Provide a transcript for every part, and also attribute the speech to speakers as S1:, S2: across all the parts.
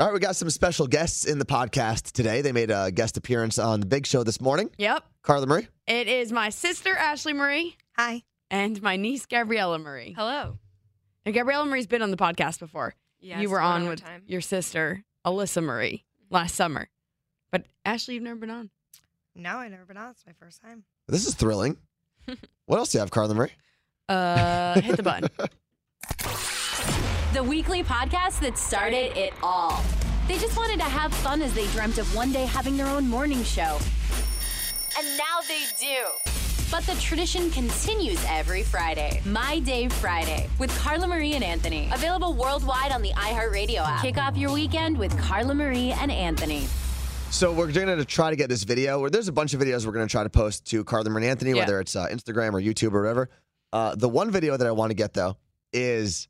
S1: All right, we got some special guests in the podcast today. They made a guest appearance on the Big Show this morning.
S2: Yep.
S1: Carla Marie.
S2: It is my sister, Ashley Marie,
S3: Hi.
S2: and my niece, Gabriella Marie.
S3: Hello.
S2: And Gabriella Marie's been on the podcast before.
S3: Yes,
S2: you were
S3: one
S2: on
S3: other
S2: with
S3: time. Mm-hmm.
S2: your sister, Alyssa Marie, last summer. But Ashley, you've never been on.
S3: No, I've never been on. It's my first time.
S1: This is thrilling. what else do you have, Carla Marie?
S2: Uh, hit the button.
S4: The weekly podcast that started it all. They just wanted to have fun as they dreamt of one day having their own morning show. And now they do. But the tradition continues every Friday. My Day Friday with Carla Marie and Anthony. Available worldwide on the iHeartRadio app. Kick off your weekend with Carla Marie and Anthony.
S1: So we're going to try to get this video. Or there's a bunch of videos we're going to try to post to Carla Marie and Anthony,
S2: Yeah.
S1: whether it's uh, Instagram or YouTube or whatever. Uh, the one video that I want to get though is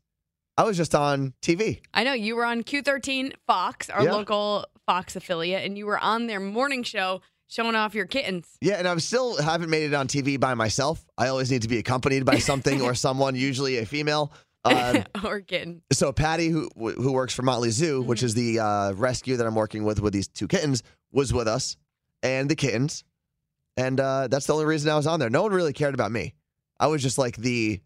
S1: I was just on TV.
S2: I know you were on Q13 Fox, our
S1: Yeah.
S2: local Fox affiliate, and you were on their morning show showing off your kittens.
S1: Yeah, and I'm still haven't made it on TV by myself. I always need to be accompanied by something or someone, usually a female. Um,
S2: or kitten.
S1: so Patty, who who works for Motley
S2: Mm-hmm.
S1: Zoo, which is the uh, rescue that I'm working with with these two kittens, was with us and the kittens, and uh, that's the only reason I was on there. No one really cared about me. I was just like the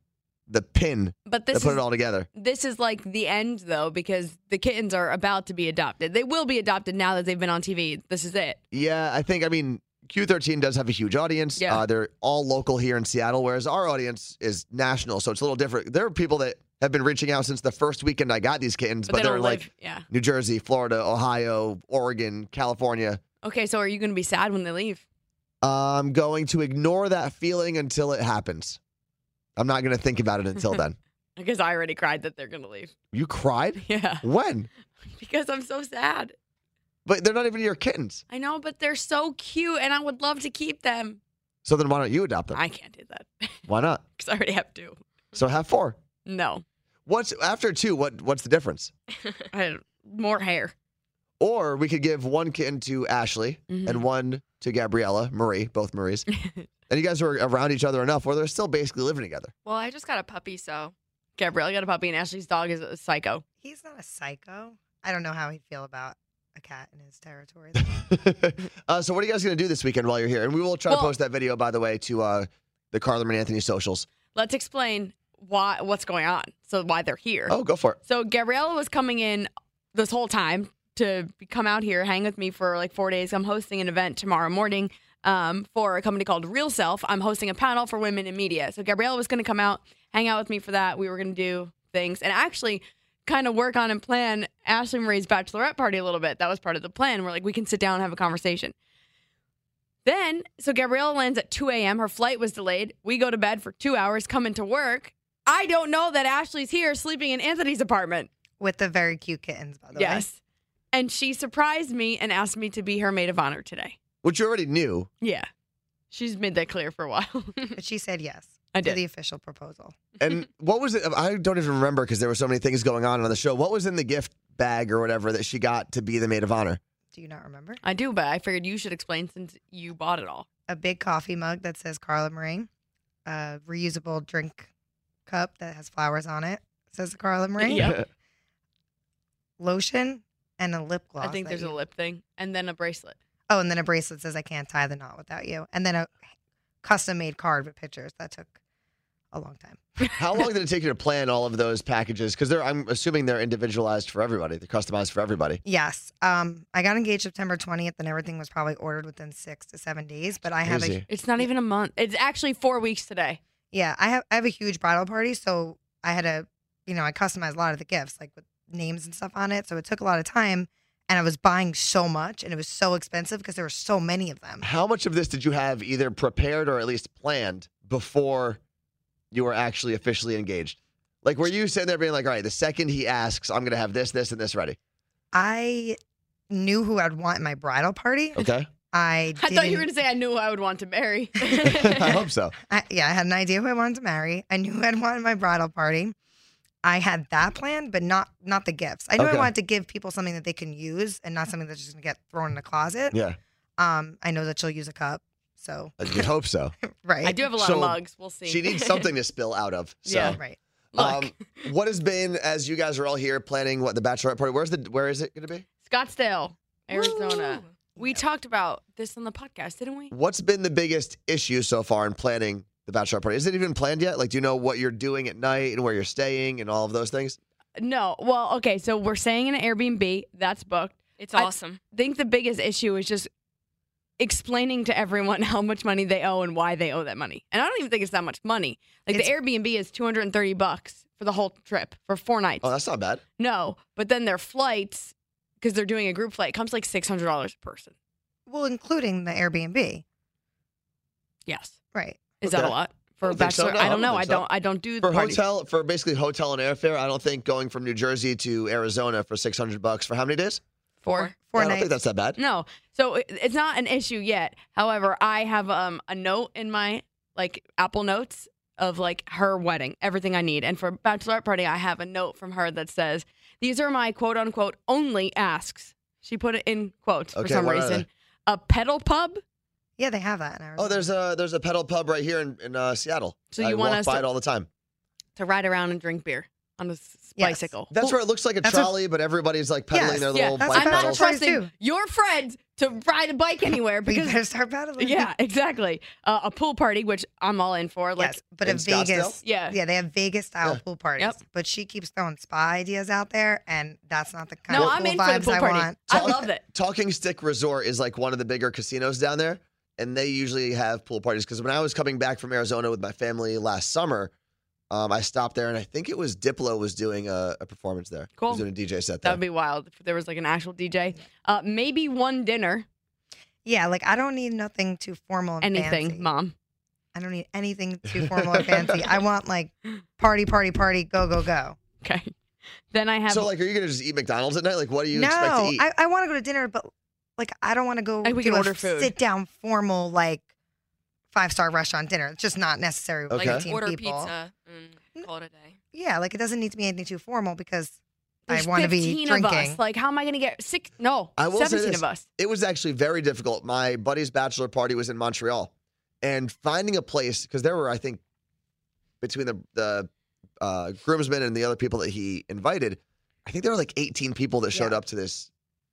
S1: the pin that
S2: But this
S1: put
S2: is
S1: it all together.
S2: this is like the end though because the kittens are about to be adopted they will be adopted now that they've been on tv this is it
S1: Yeah, I think I mean Q13 does have a huge audience.
S2: Yeah.
S1: Uh, they're all local here in Seattle, whereas our audience is national, so it's a little different. There are people that have been reaching out since the first weekend I got these kittens, but,
S2: they
S1: they're
S2: don't
S1: like
S2: live yeah
S1: New Jersey, Florida, Ohio, Oregon, California.
S2: okay so are you gonna be sad when they leave
S1: I'm going to ignore that feeling until it happens. I'm not going to think about it until then.
S2: because i already cried that they're gonna leave
S1: You cried?
S2: yeah
S1: When?
S2: because i'm so sad
S1: But they're not even your kittens.
S2: i know but they're so cute and i would love to keep them
S1: So then why don't you adopt them?
S2: i can't do that
S1: Why not?
S2: because i already have two
S1: So have four.
S2: no
S1: What's after two? What what's the difference?
S2: I, more hair
S1: Or we could give one kitten to Ashley
S2: Mhm.
S1: and one to Gabriella, Marie, both Maries. and you guys are around each other enough where they're still basically living together.
S5: Well, I just got a puppy, so
S2: gabrielle got a puppy and ashley's dog is a psycho
S3: He's not a psycho. I don't know how he'd feel about a cat in his territory.
S1: uh, so what are you guys going to do this weekend while you're here? And we will try to
S2: Well-
S1: post that video, by the way, to uh, the Carla and Anthony socials.
S2: let's explain why what's going on so why they're here
S1: Oh, go for it.
S2: So Gabriella was coming in this whole time to come out here, hang with me for like four days. I'm hosting an event tomorrow morning um, for a company called Real Self. I'm hosting a panel for women in media. So Gabriella was going to come out, hang out with me for that. We were going to do things and actually kind of work on and plan Ashley Marie's bachelorette party a little bit. That was part of the plan. We're like, we can sit down and have a conversation. Then, so Gabriella lands at 2 a.m. Her flight was delayed. We go to bed for two hours, come into work. I don't know that Ashley's here sleeping in Anthony's apartment.
S3: With the very cute kittens, by the way.
S2: Yes. And she surprised me and asked me to be her maid of honor today.
S1: Which you already knew.
S2: Yeah. She's made that clear for a while.
S3: But she said yes
S2: I
S3: to
S2: did.
S3: the official proposal.
S1: And what was it? I don't even remember because there were so many things going on on the show. What was in the gift bag or whatever that she got to be the maid of honor?
S3: Do you not remember?
S2: I do, but I figured you should explain since you bought it all.
S3: A big coffee mug that says Carla Marie, a reusable drink cup that has flowers on it, says Carla Marie,
S2: Yeah.
S3: lotion, and a lip gloss.
S2: I think
S3: that
S2: there's
S3: you-
S2: a lip thing and then a bracelet.
S3: Oh, and then a bracelet says I can't tie the knot without you, and then a custom made card with pictures that took a long time.
S1: How long did it take you to plan all of those packages? Because they're, I'm assuming they're individualized for everybody. They're customized for everybody.
S3: Yes. Um, I got engaged September 20th, and everything was probably ordered within six to seven days. But I have
S1: Crazy.
S3: a
S2: It's not even a month. It's actually four weeks today.
S3: yeah, I have I have a huge bridal party, so I had a you know I customized a lot of the gifts like with names and stuff on it. So it took a lot of time, and I was buying so much, and it was so expensive because there were so many of them.
S1: How much of this did you have either prepared or at least planned before you were actually officially engaged? Like, were you sitting there being like, all right, the second he asks, I'm going to have this, this, and this ready?
S3: I knew who I'd want in my bridal party.
S1: Okay.
S3: I
S2: Oh. I thought you
S3: didn't-
S2: were going to say I knew who I would want to marry.
S1: I hope so.
S3: I, yeah, I had an idea who I wanted to marry. I knew who I'd want at my bridal party. I had that planned, but not not the gifts. I knew
S1: Okay.
S3: I wanted to give people something that they can use and not something that's just gonna get thrown in a closet.
S1: Yeah.
S3: Um, I know that she'll use a cup. So
S1: I just hope so.
S3: right.
S2: I do have a lot
S1: So,
S2: of mugs. We'll see.
S1: She needs something to spill out of. So.
S2: Yeah.
S3: right.
S2: Look.
S1: Um, what has been as you guys are all here planning what the bachelorette party? Where's the where is it going to be?
S2: Scottsdale, Arizona.
S3: Woo.
S2: We talked about this on the podcast, didn't we?
S1: What's been the biggest issue so far in planning the bachelor party? Is it even planned yet? Like, do you know what you're doing at night and where you're staying and all of those things?
S2: No. Well, okay. So we're staying in an Airbnb. That's booked.
S5: It's
S2: I-
S5: awesome.
S2: I think the biggest issue is just explaining to everyone how much money they owe and why they owe that money. And I don't even think it's that much money. Like the
S3: It's-
S2: Airbnb is 230 bucks for the whole trip for four nights.
S1: Oh, that's not bad.
S2: no, but then their flights because they're doing a group flight comes like $600 a person.
S3: Well, including the Airbnb.
S2: Yes.
S3: Right.
S2: Is that
S1: Okay.
S2: a lot for
S1: I
S2: a
S1: don't think so. No,
S2: bachelor? I don't know. I
S1: think so.
S2: don't I don't do
S1: For
S2: parties.
S1: hotel, for basically hotel and airfare, I don't think going from New Jersey to Arizona for 600 bucks for how many days?
S2: Four.
S3: Four
S1: I don't
S3: nights.
S1: think that's that bad.
S2: No. So it- it's not an issue yet. However, I have um, a note in my like Apple Notes of like her wedding, everything I need. And for bachelorette party, I have a note from her that says, "These are my quote unquote only asks." She put it in quotes for
S1: Okay,
S2: some
S1: what are
S2: reason. A pedal pub.
S3: yeah, they have that in Arizona.
S1: Oh, there's a there's a pedal pub right here in, in uh, Seattle.
S2: So
S1: I
S2: you want
S1: walk
S2: us
S1: by
S2: to-
S1: it all the time.
S2: to ride around and drink beer on a s-
S3: Yes.
S2: bicycle.
S1: That's where it looks like a
S3: that's what-
S1: trolley, but everybody's like pedaling
S3: Yes,
S1: their
S2: yeah,
S1: little
S3: that's
S1: bike
S2: I'm
S3: what
S2: not
S1: pedals.
S3: bachelor parties
S2: trusting
S3: do.
S2: your friends to ride a bike anywhere
S3: We
S2: because
S3: better start battling.
S2: yeah, exactly. Uh, a pool party, which I'm all in for. Like,
S3: yes, but
S1: in
S3: in Vegas,
S1: Scottsdale?
S2: Yeah.
S3: yeah, they have Vegas style
S1: Yeah.
S3: pool parties.
S2: Yep.
S3: But she keeps throwing spa ideas out there, and that's not the kind
S2: no,
S3: of
S2: I'm
S3: pool
S2: in for the
S3: vibes
S2: pool
S3: I
S2: party.
S3: want.
S2: I
S1: Talk-
S2: love it.
S1: Talking Stick Resort is like one of the bigger casinos down there, and they usually have pool parties. Because when I was coming back from Arizona with my family last summer, um, I stopped there, and I think it was Diplo was doing a, a performance there. He
S2: Cool.
S1: was doing a DJ set
S2: That
S1: there.
S2: would be wild if there was like an actual DJ. Uh, maybe one dinner,
S3: Yeah, like I don't need nothing too formal and
S2: anything,
S3: fancy.
S2: mom.
S3: I don't need anything too formal and fancy. I want like party, party, party, go, go, go.
S2: Okay. Then I have.
S1: so, like, are you gonna just eat McDonald's at night? Like, what do you
S3: no,
S1: expect to eat?
S3: I, I want to go to dinner, but like I don't want to go
S2: Like, we
S3: do
S2: can
S3: a
S2: order food.
S3: sit down formal like five star restaurant dinner. It's just not necessary. with
S1: Okay.
S5: Like
S3: 18
S5: order
S3: people.
S5: pizza and call it a day.
S3: Yeah, like it doesn't need to be anything too formal because
S2: there's
S3: I want to be
S2: 15
S3: drinking.
S2: Of us. Like, how am I going to get six? No,
S1: I will say
S2: 17
S1: this.
S2: of us.
S1: it was actually very difficult. My buddy's bachelor party was in Montreal, and finding a place because there were, I think, between the the uh, groomsmen and the other people that he invited, I think there were like 18 people that showed
S3: Yeah.
S1: up to this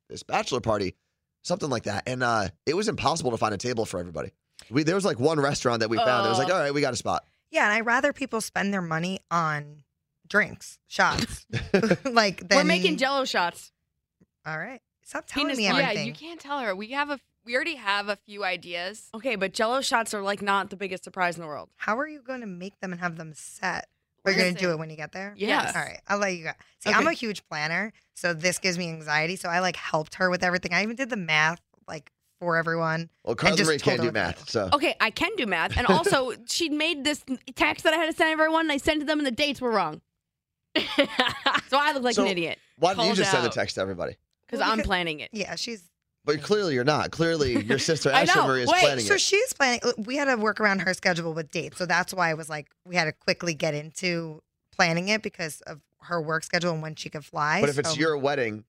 S1: this bachelor party, something like that, and uh, it was impossible to find a table for everybody. We, there was like one restaurant that we found. that was like,
S2: Oh.
S1: all right, we got a spot.
S3: Yeah, and I'd rather people spend their money on drinks, shots. like then,
S2: We're making jello shots.
S3: All right. Stop telling
S2: Penis
S3: me
S2: Yeah,
S5: Yeah,
S3: everything.
S5: you can't tell her. We have a we already have a few ideas.
S2: Okay, but jello shots are like not the biggest surprise in the world.
S3: How are you going to make them and have them set? We're going to do
S5: Listen.
S3: it when you get there?
S2: Yes.
S3: All right. I'll let you go. See, I'm
S2: Okay.
S3: a huge planner, so this gives me anxiety. So I like helped her with everything. I even did the math like for everyone.
S1: Well, Carla
S3: just
S1: Marie
S3: told
S1: can't
S3: her
S1: do
S3: what to
S1: math, so
S2: Okay, I can do math. And also, she made this text that I had to send everyone, and I sent to them, and the dates were wrong. So I look like
S1: So-
S2: an idiot
S1: why didn't you
S5: called
S1: just send a
S5: out.
S1: text to everybody?
S2: because
S3: Well,
S2: I'm
S3: because-
S2: planning it.
S3: Yeah, she's
S1: But clearly you're not. Clearly your sister
S2: I
S1: Ashley
S2: know.
S1: Marie is
S2: Wait,
S1: planning
S3: so
S1: it.
S3: she's planning. uh, We had to work around her schedule with dates, so that's why I was like, we had to quickly get into planning it because of her work schedule and when she could fly.
S1: But if it's
S3: so-
S1: your wedding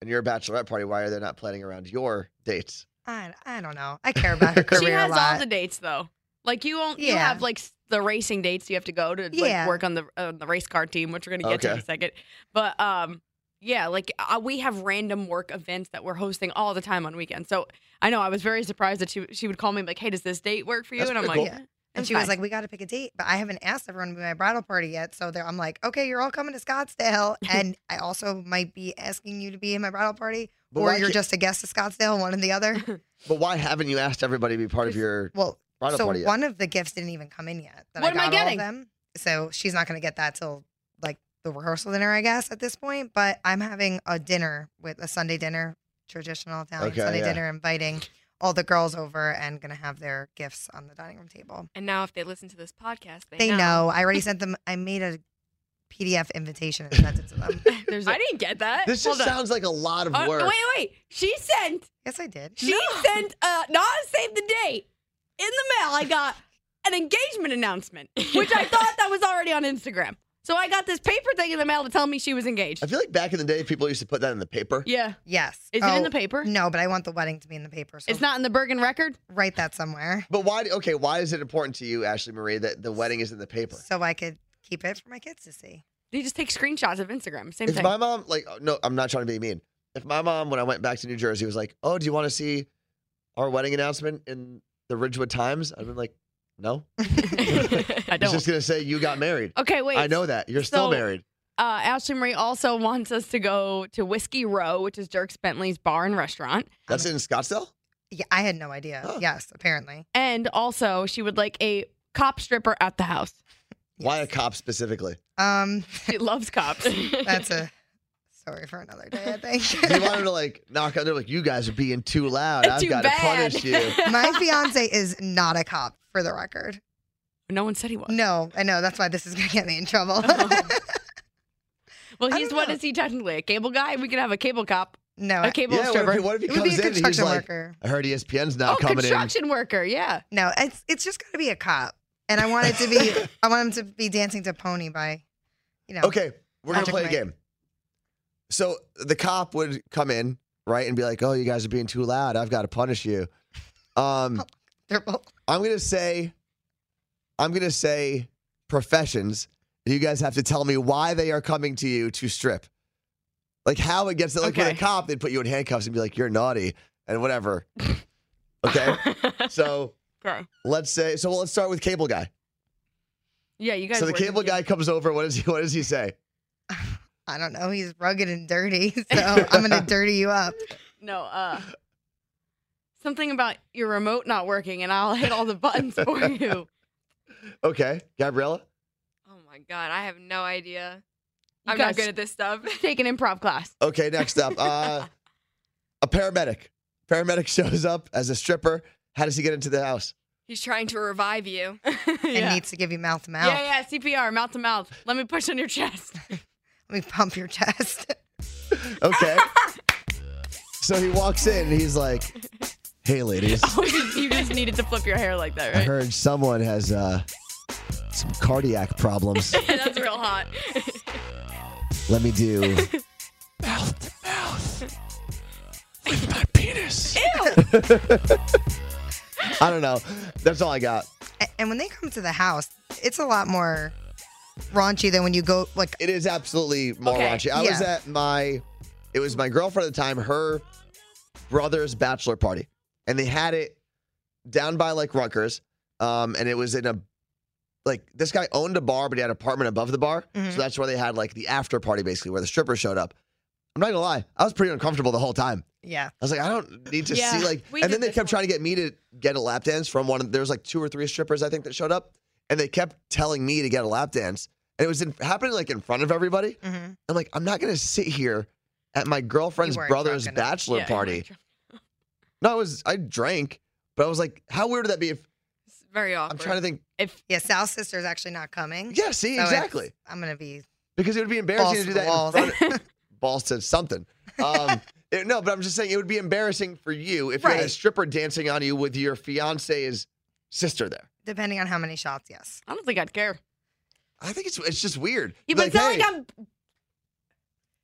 S1: and your bachelorette party, why are they not planning around your dates?
S3: I, I don't know. I care about her career
S2: She has
S3: a
S2: all
S3: lot.
S2: the dates though. Like you won't. You
S3: Yeah.
S2: have like s- the racing dates you have to go to
S3: Yeah.
S2: like work on the on the race car team, which we're gonna get to in
S1: Okay.
S2: a second. But um, yeah, like uh, we have random work events that we're hosting all the time on weekends. So I know I was very surprised that she she would call me like, "Hey, does this date work for you?"
S1: That's
S2: and I'm
S1: pretty
S2: like,
S3: cool.
S2: "Eh,
S3: and
S2: it's
S3: she was
S2: fine."
S3: like, "We got to pick a date," but I haven't asked everyone to be my bridal party yet. So they're- I'm like, "Okay, you're all coming to Scottsdale," and I also might be asking you to be in my bridal party,
S1: But
S3: or
S1: why
S3: you're
S1: can't-
S3: just a guest of Scottsdale, one or the other.
S1: But why haven't you asked everybody to be part of your
S3: Well,
S1: bridal
S3: so
S1: party yet?
S3: one of the gifts didn't even come in yet. that
S2: What am I
S3: got all of
S2: getting?
S3: them. So she's not going to get that till like the rehearsal dinner, I guess, at this point. But I'm having a dinner with a Sunday dinner, traditional Italian
S1: Okay,
S3: Sunday
S1: yeah.
S3: dinner, inviting all the girls over and going to have their gifts on the dining room table.
S5: And now if they listen to this podcast, they,
S3: They know. I already sent them. I made a PDF invitation and sent it to them.
S2: There's a-
S5: I didn't get that.
S1: This just
S5: Hold on.
S1: sounds like a lot of
S2: Oh,
S1: work.
S2: wait, wait. She sent.
S3: yes, I did.
S2: She sent. Uh, not save the date. In the mail, I got an engagement announcement, which I thought that was already on Instagram. So I got this paper thing in the mail to tell me she was engaged.
S1: I feel like back in the day, people used to put that in the paper.
S2: Yeah.
S3: Yes.
S2: Is it in
S3: Oh,
S2: the paper?
S3: No, but I want the wedding to be in the paper. So
S2: It's not in the Bergen record?
S3: Write that somewhere
S1: But why? Okay, why is it important to you, Ashley Marie, that the wedding is in the paper?
S3: so I could keep it for my kids to see.
S2: They just take screenshots of Instagram. Same
S1: If
S2: thing.
S1: my mom, like, no, I'm uh, not trying to be mean. if my mom, when I went back to New Jersey, was like, "Oh, do you want to see our wedding announcement in the Ridgewood Times?" I'd been like, "No,
S2: I
S1: it's
S2: don't.
S1: just gonna say you got married."
S2: Okay, wait.
S1: I know that you're still
S2: so-
S1: married.
S2: Uh, Ashley Marie also wants us to go to Whiskey Row, which is Dirk Bentley's bar and restaurant.
S1: That's in Scottsdale.
S3: Yeah, I had no idea.
S1: Huh.
S3: Yes, apparently.
S2: And also, she would like a cop stripper at the house.
S1: Why a cop specifically?
S3: Um,
S2: She loves cops.
S3: that's a story for another day. I
S1: Do you
S3: think.
S1: want him to like knock on? They're like, "You guys are being too loud. I've
S2: Too
S1: got to
S2: bad.
S1: punish you."
S3: My fiance is not a cop, for the record.
S2: no one said he was.
S3: No, I know that's why this is gonna get me in trouble.
S2: Well,
S3: I
S2: he's
S3: don't
S2: what
S3: know. Uh,
S2: is he technically? A cable guy? We could have a cable cop,
S3: no,
S2: a cable
S1: yeah, what
S2: stripper.
S1: if, what if he
S3: it would be
S1: comes
S3: a
S1: in and he's
S3: construction
S1: like,
S3: worker.
S1: "I heard E ESPN's not
S2: oh,
S1: coming in."
S2: construction worker. Yeah.
S3: No, it's it's just gotta be a cop, and I want it to be. I want him to be dancing to Pony by, you know.
S1: Okay, we're gonna
S3: Magic
S1: play a
S3: Mike.
S1: game. So the cop would come in, right, and be like, "Oh, you guys are being too loud. I've got to punish you." Um,
S3: They're both.
S1: I'm gonna say, I'm gonna say professions. You guys have to tell me why they are coming to you to strip, like how it gets. Like with
S2: Okay.
S1: a cop, they'd put you in handcuffs and be like, "You're naughty" and whatever. Okay, so
S2: Okay.
S1: let's say. So let's start with cable guy.
S2: Yeah, you guys.
S1: So the
S2: were-
S1: cable guy comes over. What does he? What does he say?
S3: I don't know. He's rugged and dirty, so I'm gonna dirty you up.
S2: No. Uh, something about your remote not working, and I'll hit all the buttons for you.
S1: Okay, Gabriella.
S5: Oh my god, I have no idea.
S2: You
S5: I'm not
S2: guys-
S5: good at this stuff.
S2: Take an improv class.
S1: Okay, next up, uh, a paramedic. Paramedic shows up as a stripper. How does he get into the house?
S5: He's trying to revive you.
S3: And
S2: yeah.
S3: needs to give you mouth to mouth.
S2: yeah, yeah, CPR, mouth to mouth. Let me push on your chest.
S3: Let me pump your chest.
S1: Okay. so he walks in and he's like, "Hey, ladies,
S2: you, just, you just needed to flip your hair like that,
S1: I
S2: right?
S1: heard someone has uh, some cardiac problems.
S5: That's real hot.
S1: Let me do mouth to mouth with my penis." I don't know. That's all I got.
S3: A- And when they come to the house, it's a lot more raunchy than when you go like
S1: It is absolutely more
S2: Okay,
S1: raunchy. I was
S3: yeah.
S1: at my, it was my girlfriend at the time, her brother's bachelor party, and they had it down by like Rutgers, um, and it was in a, like this guy owned a bar, but he had an apartment above the bar,
S3: Mhm.
S1: so that's where they had like the after party, basically where the strippers showed up. I'm not gonna lie, I was pretty uncomfortable the whole time.
S3: yeah.
S1: I was like, I don't need to
S2: Yeah,
S1: see like.
S2: we
S1: And then
S2: did
S1: they
S2: this
S1: kept
S2: one.
S1: trying to get me to get a lap dance from one. of There was like two or three strippers I think that showed up, and they kept telling me to get a lap dance, and it was in, happening like in front of everybody.
S3: hmm
S1: I'm like, I'm not gonna sit here at my girlfriend's
S3: You weren't
S1: brother's
S3: drunk enough.
S1: bachelor
S2: Yeah.
S1: party. No, I was I drank, but I was like, how weird would that be if
S5: It's very awkward.
S1: I'm trying to think?
S2: If
S3: Yeah, Sal's sister's actually not coming.
S1: Yeah, see
S3: So it's-
S1: exactly
S3: I'm gonna be
S1: because it would be embarrassing
S3: balls to
S1: to do
S3: the
S1: that. in
S3: walls.
S1: front of- balls to something. Um, it- no, but I'm just saying it would be embarrassing for you if you had a
S3: Right.
S1: stripper dancing on you with your fiance's sister there.
S3: Depending on how many shots, yes.
S2: I don't think I'd care.
S1: I think it's it's just weird. Be
S2: Yeah, but it's not
S1: hey,
S2: like I'm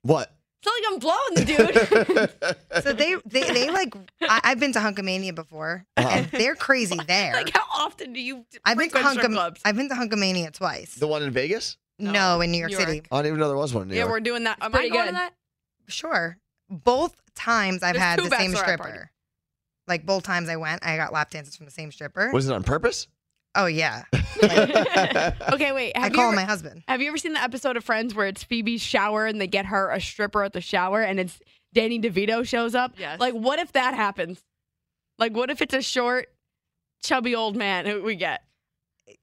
S1: what?
S2: it's not like I'm blowing the um, dude.
S3: So they they, they like I, I've been to Hunkamania before,
S1: Uh-huh.
S3: and they're crazy there.
S2: like how often do you
S3: I've been to
S2: frequent strip
S3: Hunkam-
S2: clubs? Oh,
S3: I've been to Hunkamania twice.
S1: The one in Vegas?
S3: no,
S2: No,
S3: in New York,
S5: New
S3: City,
S5: York.
S1: I didn't even know there was one in New
S2: yeah,
S1: York.
S2: we're doing that. Am I
S5: Pretty
S2: going to
S5: good.
S2: that?
S3: sure. Both times I've
S2: There's
S3: had
S2: two
S3: the same
S2: bachelorette
S3: stripper.
S2: parties.
S3: Like both times I went, I got lap dances from the same stripper.
S1: Was it on purpose?
S3: oh yeah,
S2: Okay, wait.
S3: I
S2: Have you
S3: call
S2: ever,
S3: my husband.
S2: Have you ever seen the episode of Friends where it's Phoebe's shower and they get her a stripper at the shower and it's Danny DeVito shows up?
S5: Yes.
S2: Like, what if that happens? Like, what if it's a short, chubby old man who we get?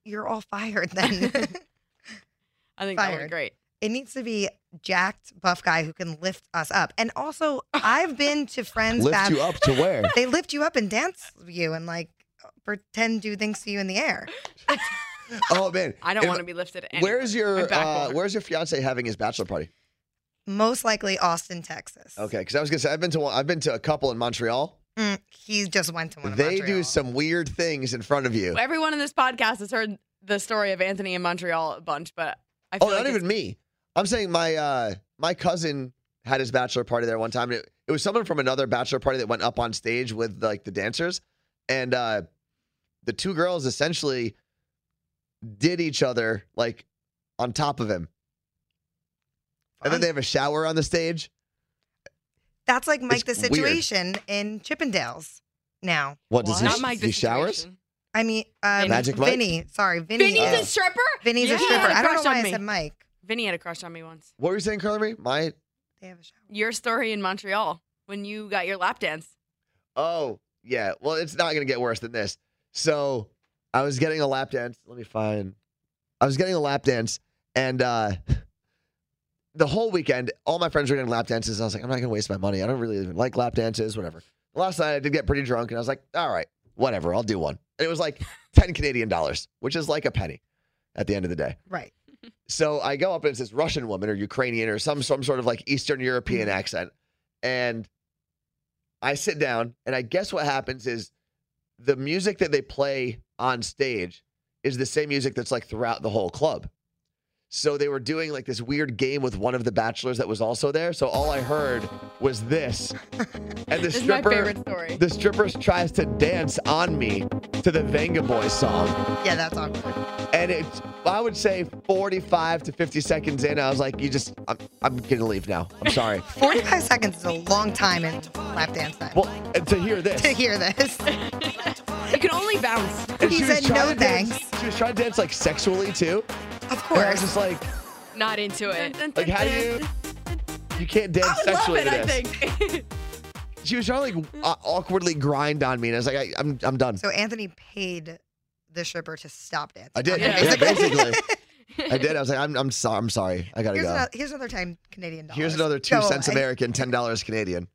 S3: You're all fired then.
S2: I think that would be
S3: Fired.
S2: great.
S3: it needs to be jacked buff guy who can lift us up. And also, I've been to friends'
S1: Lift
S3: bab-
S1: you up to where?
S3: They lift you up and dance you and like pretend do things to you in the air.
S1: Oh man,
S2: I don't
S1: If-
S2: want to be lifted. anywhere.
S1: Where's your
S2: My back will
S1: uh,
S2: hurt.
S1: Where's your fiance having his bachelor party?
S3: Most likely Austin, Texas.
S1: Okay, because I was gonna say I've been to one, I've been to a couple in Montreal.
S3: Mm, he just went to one of
S1: They do
S3: Montreal.
S1: some weird things in front of you.
S2: Everyone in this podcast has heard the story of Anthony in Montreal a bunch, but I
S1: Oh,
S2: feel like
S1: not
S2: it's-
S1: even me. I'm saying my uh, my cousin had his bachelor party there one time. and It, it was someone from another bachelor party that went up on stage with like the dancers, and uh, the two girls essentially did each other like on top of him, and then
S3: Fun.
S1: they have a shower on the stage.
S3: That's like Mike
S1: It's
S3: the
S1: weird.
S3: situation in Chippendales now.
S1: What does he?
S2: Not Mike
S1: he
S2: the
S1: showers?
S2: Situation.
S3: I mean, uh,
S1: Magic Mike?
S3: Vinny. Sorry, Vinny.
S2: Vinny's
S1: Yeah.
S2: a stripper.
S3: Vinny's
S2: Yeah.
S3: a stripper. I don't know
S2: Crush on
S3: why I
S2: me.
S3: said Mike.
S2: Vinny had a crush on me once.
S1: What were you saying, Curly Marie? My
S3: They have a shower.
S2: Your story in Montreal when you got your lap dance.
S1: oh yeah. Well, it's not gonna get worse than this. So I was getting a lap dance. Let me find. I was getting a lap dance, and uh the whole weekend, all my friends were getting lap dances. I was like, I'm not gonna waste my money. I don't really even like lap dances. Whatever. Last night I did get pretty drunk, and I was like, all right, whatever, I'll do one. And it was like ten Canadian dollars, which is like a penny at the end of the day.
S3: Right.
S1: So I go up and it's this Russian woman or Ukrainian or some some sort of like Eastern European
S2: Mm-hmm.
S1: accent, and I sit down and I guess what happens is the music that they play on stage is the same music that's like throughout the whole club. So they were doing like this weird game with one of the bachelors that was also there. So all I heard was this, and the
S2: This is my
S1: stripper
S2: favorite story.
S1: the stripper tries to dance on me to the Venga Boys song.
S3: Yeah, that's awkward.
S1: And it's, I would say 45 to 50 seconds in, I was like, you just, I'm, I'm going to leave now. I'm sorry.
S3: 45 seconds is a long time in lap dance time.
S1: well, and to hear this.
S3: to hear this.
S2: You can only bounce.
S1: and
S3: he
S1: she was
S3: said
S1: trying
S3: no
S1: to dance- She was trying to dance like sexually too.
S3: Of
S1: And I was
S3: course.
S1: just like,
S5: Not into it.
S1: like how do you, you can't dance
S2: I
S1: sexually
S2: would love it.
S1: to
S2: I
S1: this.
S2: think.
S1: She was trying to like uh, awkwardly grind on me. And I was like, I, I'm, I'm done.
S3: So Anthony paid the stripper to stop dancing.
S1: I did.
S3: Okay,
S1: Yeah, basically. I did. I was like, I'm, I'm sorry. I'm sorry. I got to
S3: Here's,
S1: go.
S3: another, here's another time Canadian dollars.
S1: Here's another two
S3: Go
S1: cents
S3: away.
S1: American, $10 Canadian.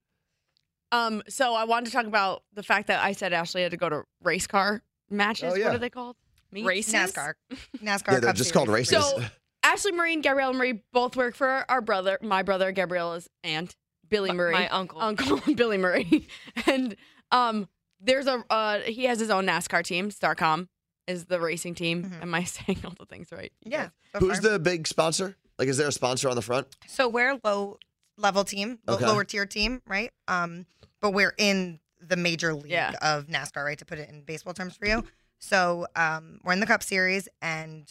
S2: um. So I wanted to talk about the fact that I said Ashley had to go to race car matches.
S1: Oh, yeah.
S2: What are they called? Meets?
S5: Races?
S3: NASCAR. NASCAR.
S1: Yeah, they're
S3: Cup
S1: just called
S3: Series.
S1: races.
S2: So Ashley Marie and Gabrielle Marie both work for our brother, my brother Gabriella's aunt, Billy
S5: My-
S2: Murray,
S5: my uncle.
S2: uncle Billy Murray, and um, there's a uh, he has his own NASCAR team, Starcom is the racing team.
S3: Mhm.
S2: Am I saying all the things right? You
S3: Yeah.
S2: guys-
S3: so
S1: Who's
S3: far.
S1: the big sponsor? Like, is there a sponsor on the front?
S3: So we're low level team, lo-
S1: Okay.
S3: lower tier team, right? Um, but we're in the major league
S2: Yeah.
S3: of NASCAR, right? To put it in baseball terms for you. So um, we're in the Cup Series, and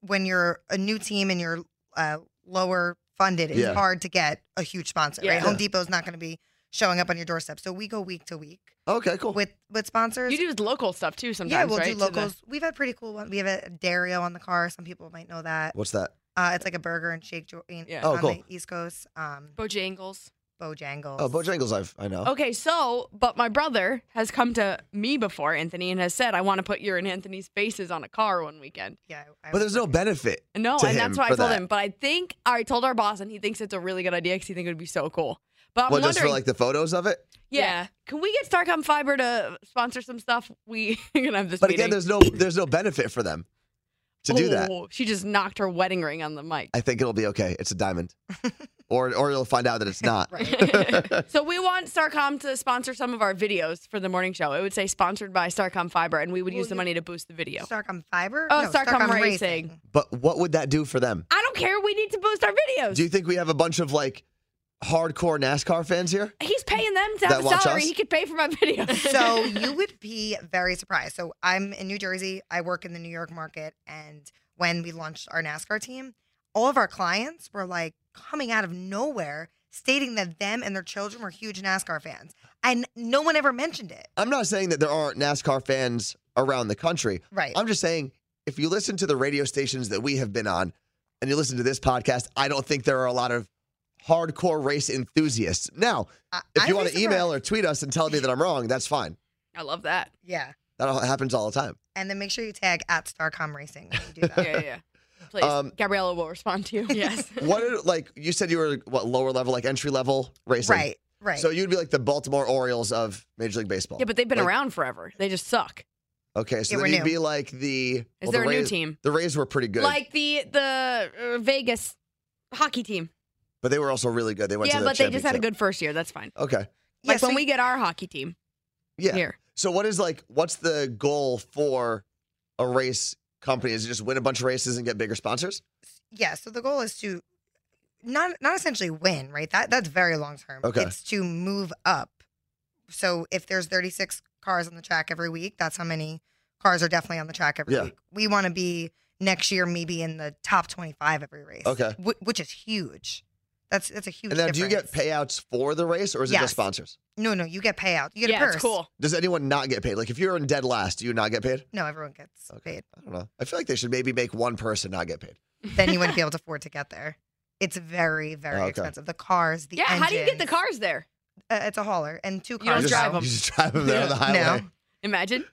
S3: when you're a new team and you're uh, lower funded, it's
S1: Yeah.
S3: hard to get a huge sponsor,
S2: Yeah.
S3: right? Home
S1: Yeah.
S3: Depot's not going to be showing up on your doorstep. So we go week to week
S1: Okay, cool.
S3: with with sponsors.
S2: Oh. You do his local stuff too sometimes.
S3: yeah, we'll
S2: right?
S3: do
S2: To the-
S3: locals. We've had pretty cool ones. We have a Dario on the car. Some people might know that.
S1: What's that?
S3: Uh, it's like a burger and shake jo- in-
S2: Yeah.
S1: Oh,
S3: on
S1: cool.
S3: the East Coast. Um,
S5: Bojangles.
S3: Bojangles.
S1: Oh, Bojangles, I've, I know.
S2: Okay, so but my brother has come to me before Anthony and has said I want to put your and Anthony's faces on a car one weekend.
S3: Yeah, I, I
S1: But there's no benefit.
S2: No,
S1: to
S2: and
S1: him
S2: that's why I
S1: for
S2: told
S1: that.
S2: him. But I think I told our boss, and he thinks it's a really good idea because he thinks it would be so cool. But I'm
S1: Well,
S2: wondering,
S1: just for like the photos of it.
S2: yeah,
S5: Yeah.
S2: can we get Starcom Fiber to sponsor some stuff? We gonna have this.
S1: But
S2: meeting.
S1: again, there's no there's no benefit for them to do that.
S2: Oh, She just knocked her wedding ring on the mic.
S1: I think it'll be okay. It's a diamond, or or you'll find out that it's not.
S2: So we want Starcom to sponsor some of our videos for the morning show. It would say sponsored by Starcom Fiber, and we would use the money to boost the video.
S3: Starcom Fiber.
S2: Oh,
S3: no,
S2: Starcom
S3: Starcom
S2: Racing.
S1: But what would that do for them?
S2: I don't care. We need to boost our videos.
S1: Do you think we have a bunch of like hardcore NASCAR fans here?
S2: He's paying them to
S1: That
S2: have a
S1: watch
S2: salary.
S1: us?
S2: He could pay for my videos.
S3: So you would be very surprised. So I'm in New Jersey. I work in the New York market, and when we launched our NASCAR team, all of our clients were like coming out of nowhere, stating that them and their children were huge NASCAR fans, and no one ever mentioned it.
S1: I'm not saying that there aren't NASCAR fans around the country.
S3: Right.
S1: I'm just saying if you listen to the radio stations that we have been on, and you listen to this podcast, I don't think there are a lot of hardcore race enthusiasts. Now,
S3: I-
S1: If
S3: I
S1: you
S3: was
S1: want to email
S3: surprised.
S1: or tweet us and tell me that I'm wrong, that's fine.
S5: I love that.
S3: yeah,
S1: That all happens all the time.
S3: and then make sure you tag at Starcom Racing when you do that.
S5: Yeah, yeah, yeah.
S2: Please,
S1: Um,
S2: Gabriella will respond to you.
S5: Yes.
S1: What are, like you said you were what lower level like entry level racing.
S3: Right. Right.
S1: So you'd be like the Baltimore Orioles of Major League Baseball.
S2: Yeah, but they've been
S1: Like-
S2: around forever. They just suck.
S1: Okay, so
S3: Yeah,
S1: then
S3: we're
S1: you'd
S3: new.
S1: be like the Is
S2: there
S1: the
S2: a new
S1: Rays-
S2: team?
S1: The Rays were pretty good.
S2: Like the the uh, Vegas hockey team.
S1: but they were also really good. They went
S2: yeah,
S1: to the
S2: but they just had a
S1: championship.
S2: good first year. That's fine.
S1: Okay.
S3: Yeah,
S2: Like
S3: so
S2: when
S3: you-
S2: we get our hockey team
S1: Yeah.
S2: here.
S1: So what is like what's the goal for a race company? Is it just win a bunch of races and get bigger sponsors?
S3: yeah so the goal is to not not essentially win right that that's very long term
S1: Okay.
S3: it's to move up so if there's 36 cars on the track every week that's how many cars are definitely on the track every
S1: Yeah.
S3: week we want to be next year maybe in the top 25 every race
S1: Okay.
S3: wh- which is huge That's that's a huge.
S1: And now, do you get
S3: difference.
S1: payouts for the race, or is it
S3: Yes.
S1: just sponsors?
S3: No, no, you get payout. You get
S2: yeah,
S3: a purse.
S2: it's cool.
S1: Does anyone not get paid? Like, if you're in dead last, do you not get paid?
S3: No, everyone gets
S1: Okay.
S3: paid.
S1: I don't know. I feel like they should maybe make one person not get paid.
S3: Then you wouldn't be able to afford to get there. It's very, very
S1: Okay.
S3: expensive. The cars, the
S5: yeah, how do you get the
S3: engines.
S5: cars there?
S3: Uh, it's a hauler and two cars.
S2: don't
S1: you just,
S2: drive
S1: You
S2: 'em.
S1: just drive them there on the highway.
S3: No,
S2: Imagine.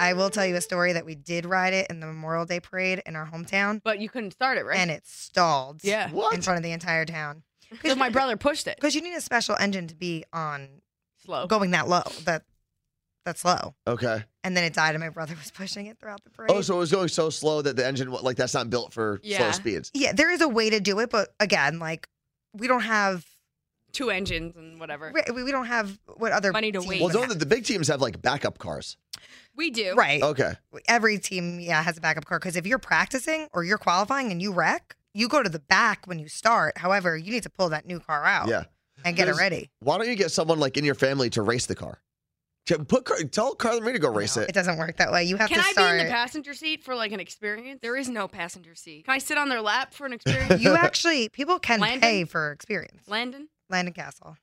S3: I will tell you a story that we did ride it in the Memorial Day parade in our hometown,
S2: But you couldn't start it, right?
S3: and it stalled.
S2: yeah.
S1: What?
S3: in front of the entire town
S2: Because my brother pushed it
S3: because you need a special engine to be on
S2: slow.
S3: going that low. That that's low.
S1: Okay.
S3: And then it died, and my brother was pushing it throughout the parade.
S1: Oh, so it was going so slow that the engine, like, that's not built for slow
S5: Yeah.
S1: speeds.
S3: yeah, there is a way to do it, but again, like we don't have
S2: Two engines and whatever.
S3: we, we don't have what other
S5: Money to
S3: team
S5: wait.
S1: Well,
S3: would
S1: don't
S3: have.
S1: the, Oh. the big teams have like backup cars?
S5: We do.
S3: right.
S1: Okay.
S3: Every team, yeah, has a backup car because if you're practicing or you're qualifying and you wreck, you go to the back when you start. However, you need to pull that new car out
S1: Yeah.
S3: and get it
S1: There's-
S3: ready.
S1: Why don't you get someone like in your family to race the car? To Put car, tell Carla Marie to go race
S3: No,
S1: it.
S3: doesn't work that way. You have
S2: Can
S3: to
S2: I be
S3: start.
S2: in the passenger seat for like an experience?
S5: There is no passenger seat.
S2: Can I sit on their lap for an experience?
S3: you actually people can
S2: Landon?
S3: pay for experience.
S2: Landon?
S3: Landon Castle.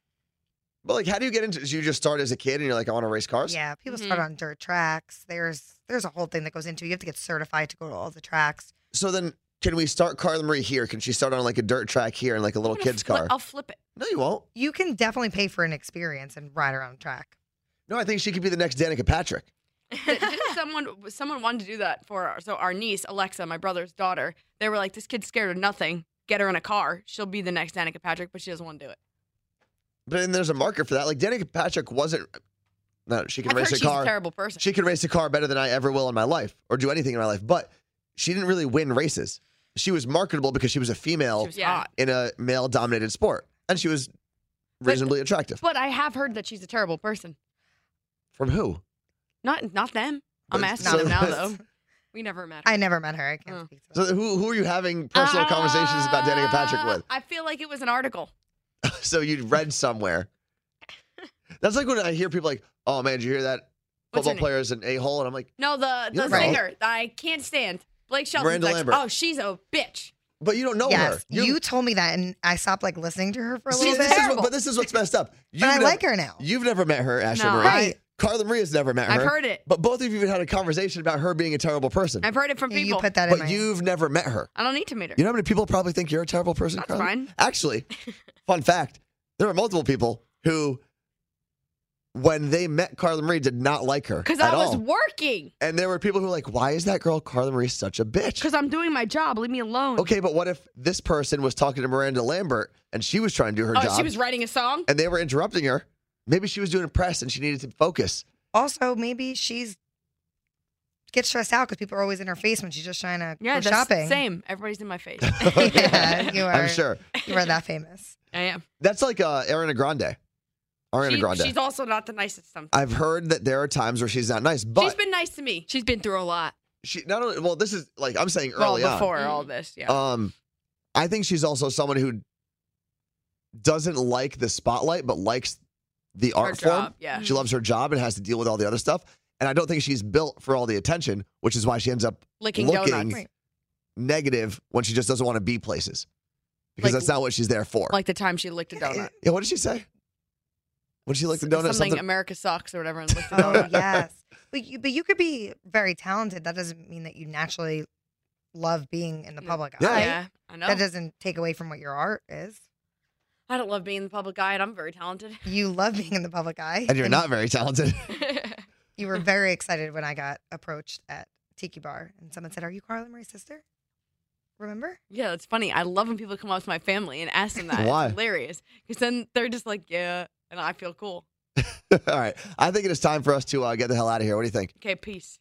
S1: But like, how do you get into? Do you just start as a kid and you're like, I want to race cars?
S3: Yeah, people start
S2: Mm-hmm.
S3: on dirt tracks. There's there's a whole thing that goes into. it. You have to get certified to go to all the tracks.
S1: So then, can we start Carla Marie here? Can she start on like a dirt track here in like a little
S2: I'm gonna
S1: kid's
S2: fli-
S1: car?
S2: I'll flip it.
S1: no, you won't.
S3: You can definitely pay for an experience and ride around a track.
S1: No, I think she could be the next Danica Patrick.
S2: Th- Didn't someone someone wanted to do that for our, so our niece Alexa, my brother's daughter? They were like, "This kid's scared of nothing. Get her in a car. She'll be the next Danica Patrick." But she doesn't want to do it.
S1: But then there's a market for that. Like Danica Patrick wasn't. No, she can
S2: I've heard
S1: race a
S2: she's
S1: car.
S2: a terrible person.
S1: she can race a car better than I ever will in my life, or do anything in my life. But she didn't really win races. She was marketable because she was a female
S2: She was
S5: Yeah.
S2: hot.
S1: in a male-dominated sport, and she was reasonably attractive.
S2: But I have heard that she's a terrible person.
S1: From who?
S2: Not not them. I'm
S1: But-
S2: asking
S1: so
S2: them now
S1: that's-
S2: though.
S5: We never met. Her.
S3: I never met her. I can't
S2: Oh.
S3: speak to
S1: So
S3: that.
S1: who who are you having personal conversations about Danica Patrick
S2: Uh,
S1: with?
S2: I feel like it was an article.
S1: so you read somewhere. That's like when I hear people like, "Oh man, did you hear that
S2: What's
S1: football
S2: her name?
S1: player is an a hole?" And I'm like,
S2: No, the
S1: You
S2: the
S1: don't know.
S2: singer that I can't stand. Blake Shelton.
S1: Miranda Lambert.
S2: Oh, she's a bitch.
S1: "But you don't know her."
S3: yes, you, told me that, and I stopped like listening to her for a
S1: See,
S3: little
S1: this
S3: bit.
S1: is what, but this is what's messed up. You
S3: But I like her now.
S1: You've never met her, Ashley
S2: No,
S1: Marie.
S3: Right.
S1: Carla Maria's never met her.
S2: I've heard it.
S1: But both of you have had a conversation about her being a terrible person.
S2: I've heard it from
S3: You-
S2: people.
S3: You put that in
S1: but
S3: my.
S1: you've never met her.
S2: I don't need to meet her.
S1: You know how many people probably think you're a terrible person,
S2: That's
S1: Carla?
S2: fine.
S1: Actually, fun fact there are multiple people who, when they met Carla Marie, did not like her.
S2: Because
S1: at
S2: I was
S1: all.
S2: working.
S1: And there were people who were like, why is that girl Carla Marie such a bitch?
S2: Because I'm doing my job. Leave me alone.
S1: Okay, but what if this person was talking to Miranda Lambert and she was trying to do her
S2: Oh,
S1: job
S2: she was writing a song.
S1: and they were interrupting her? Maybe she was doing a press and she needed to focus.
S3: also, maybe she's gets stressed out because people are always in her face when she's just trying to
S2: Yeah,
S3: go
S2: that's
S3: shopping.
S2: same. Everybody's in my face.
S3: yeah, you are.
S1: I'm sure.
S3: you are that famous.
S2: I am.
S1: That's like uh, Ariana Grande. Ariana
S2: She-
S1: Grande.
S2: she's also not the nicest sometimes.
S1: I've heard that there are times where she's not nice, but
S2: she's been nice to me.
S5: She's been through a lot.
S1: she not only well, this is like I'm saying
S2: Well,
S1: early
S2: before
S5: Mhm.
S2: all this, yeah.
S1: on. Um, I think she's also someone who doesn't like the spotlight, but likes the
S2: Her
S1: art form.
S2: job, yeah.
S1: She loves her job and has to deal with all the other stuff. And I don't think she's built for all the attention, which is why she ends up
S2: Licking
S1: looking
S2: donuts.
S3: Right.
S1: negative when she just doesn't want to be places because
S2: Like-
S1: that's not what she's there for.
S2: Like the time she licked a donut.
S1: yeah, what did she say? When she licked the donut,
S2: Something,
S1: something.
S2: America sucks or whatever. And licked a
S3: Oh
S2: donut.
S3: yes, but you but you could be very talented. That doesn't mean that you naturally love being in the
S2: No.
S3: public
S1: Yeah.
S3: eye.
S2: Yeah, I know.
S3: That doesn't take away from what your art is.
S2: I don't love being in the public eye, and I'm very talented.
S3: You love being in the public eye,
S1: and you're not very talented.
S3: You were very excited when I got approached at Tiki Bar, and someone said, "Are you Carla Marie's sister?" Remember?
S2: yeah, it's funny. I love when people come up to my family and ask them that.
S1: Why?
S2: It's hilarious. Because then they're just like, yeah, and I feel cool.
S1: all right. I think it is time for us to uh, get the hell out of here. What do you think?
S2: Okay, peace.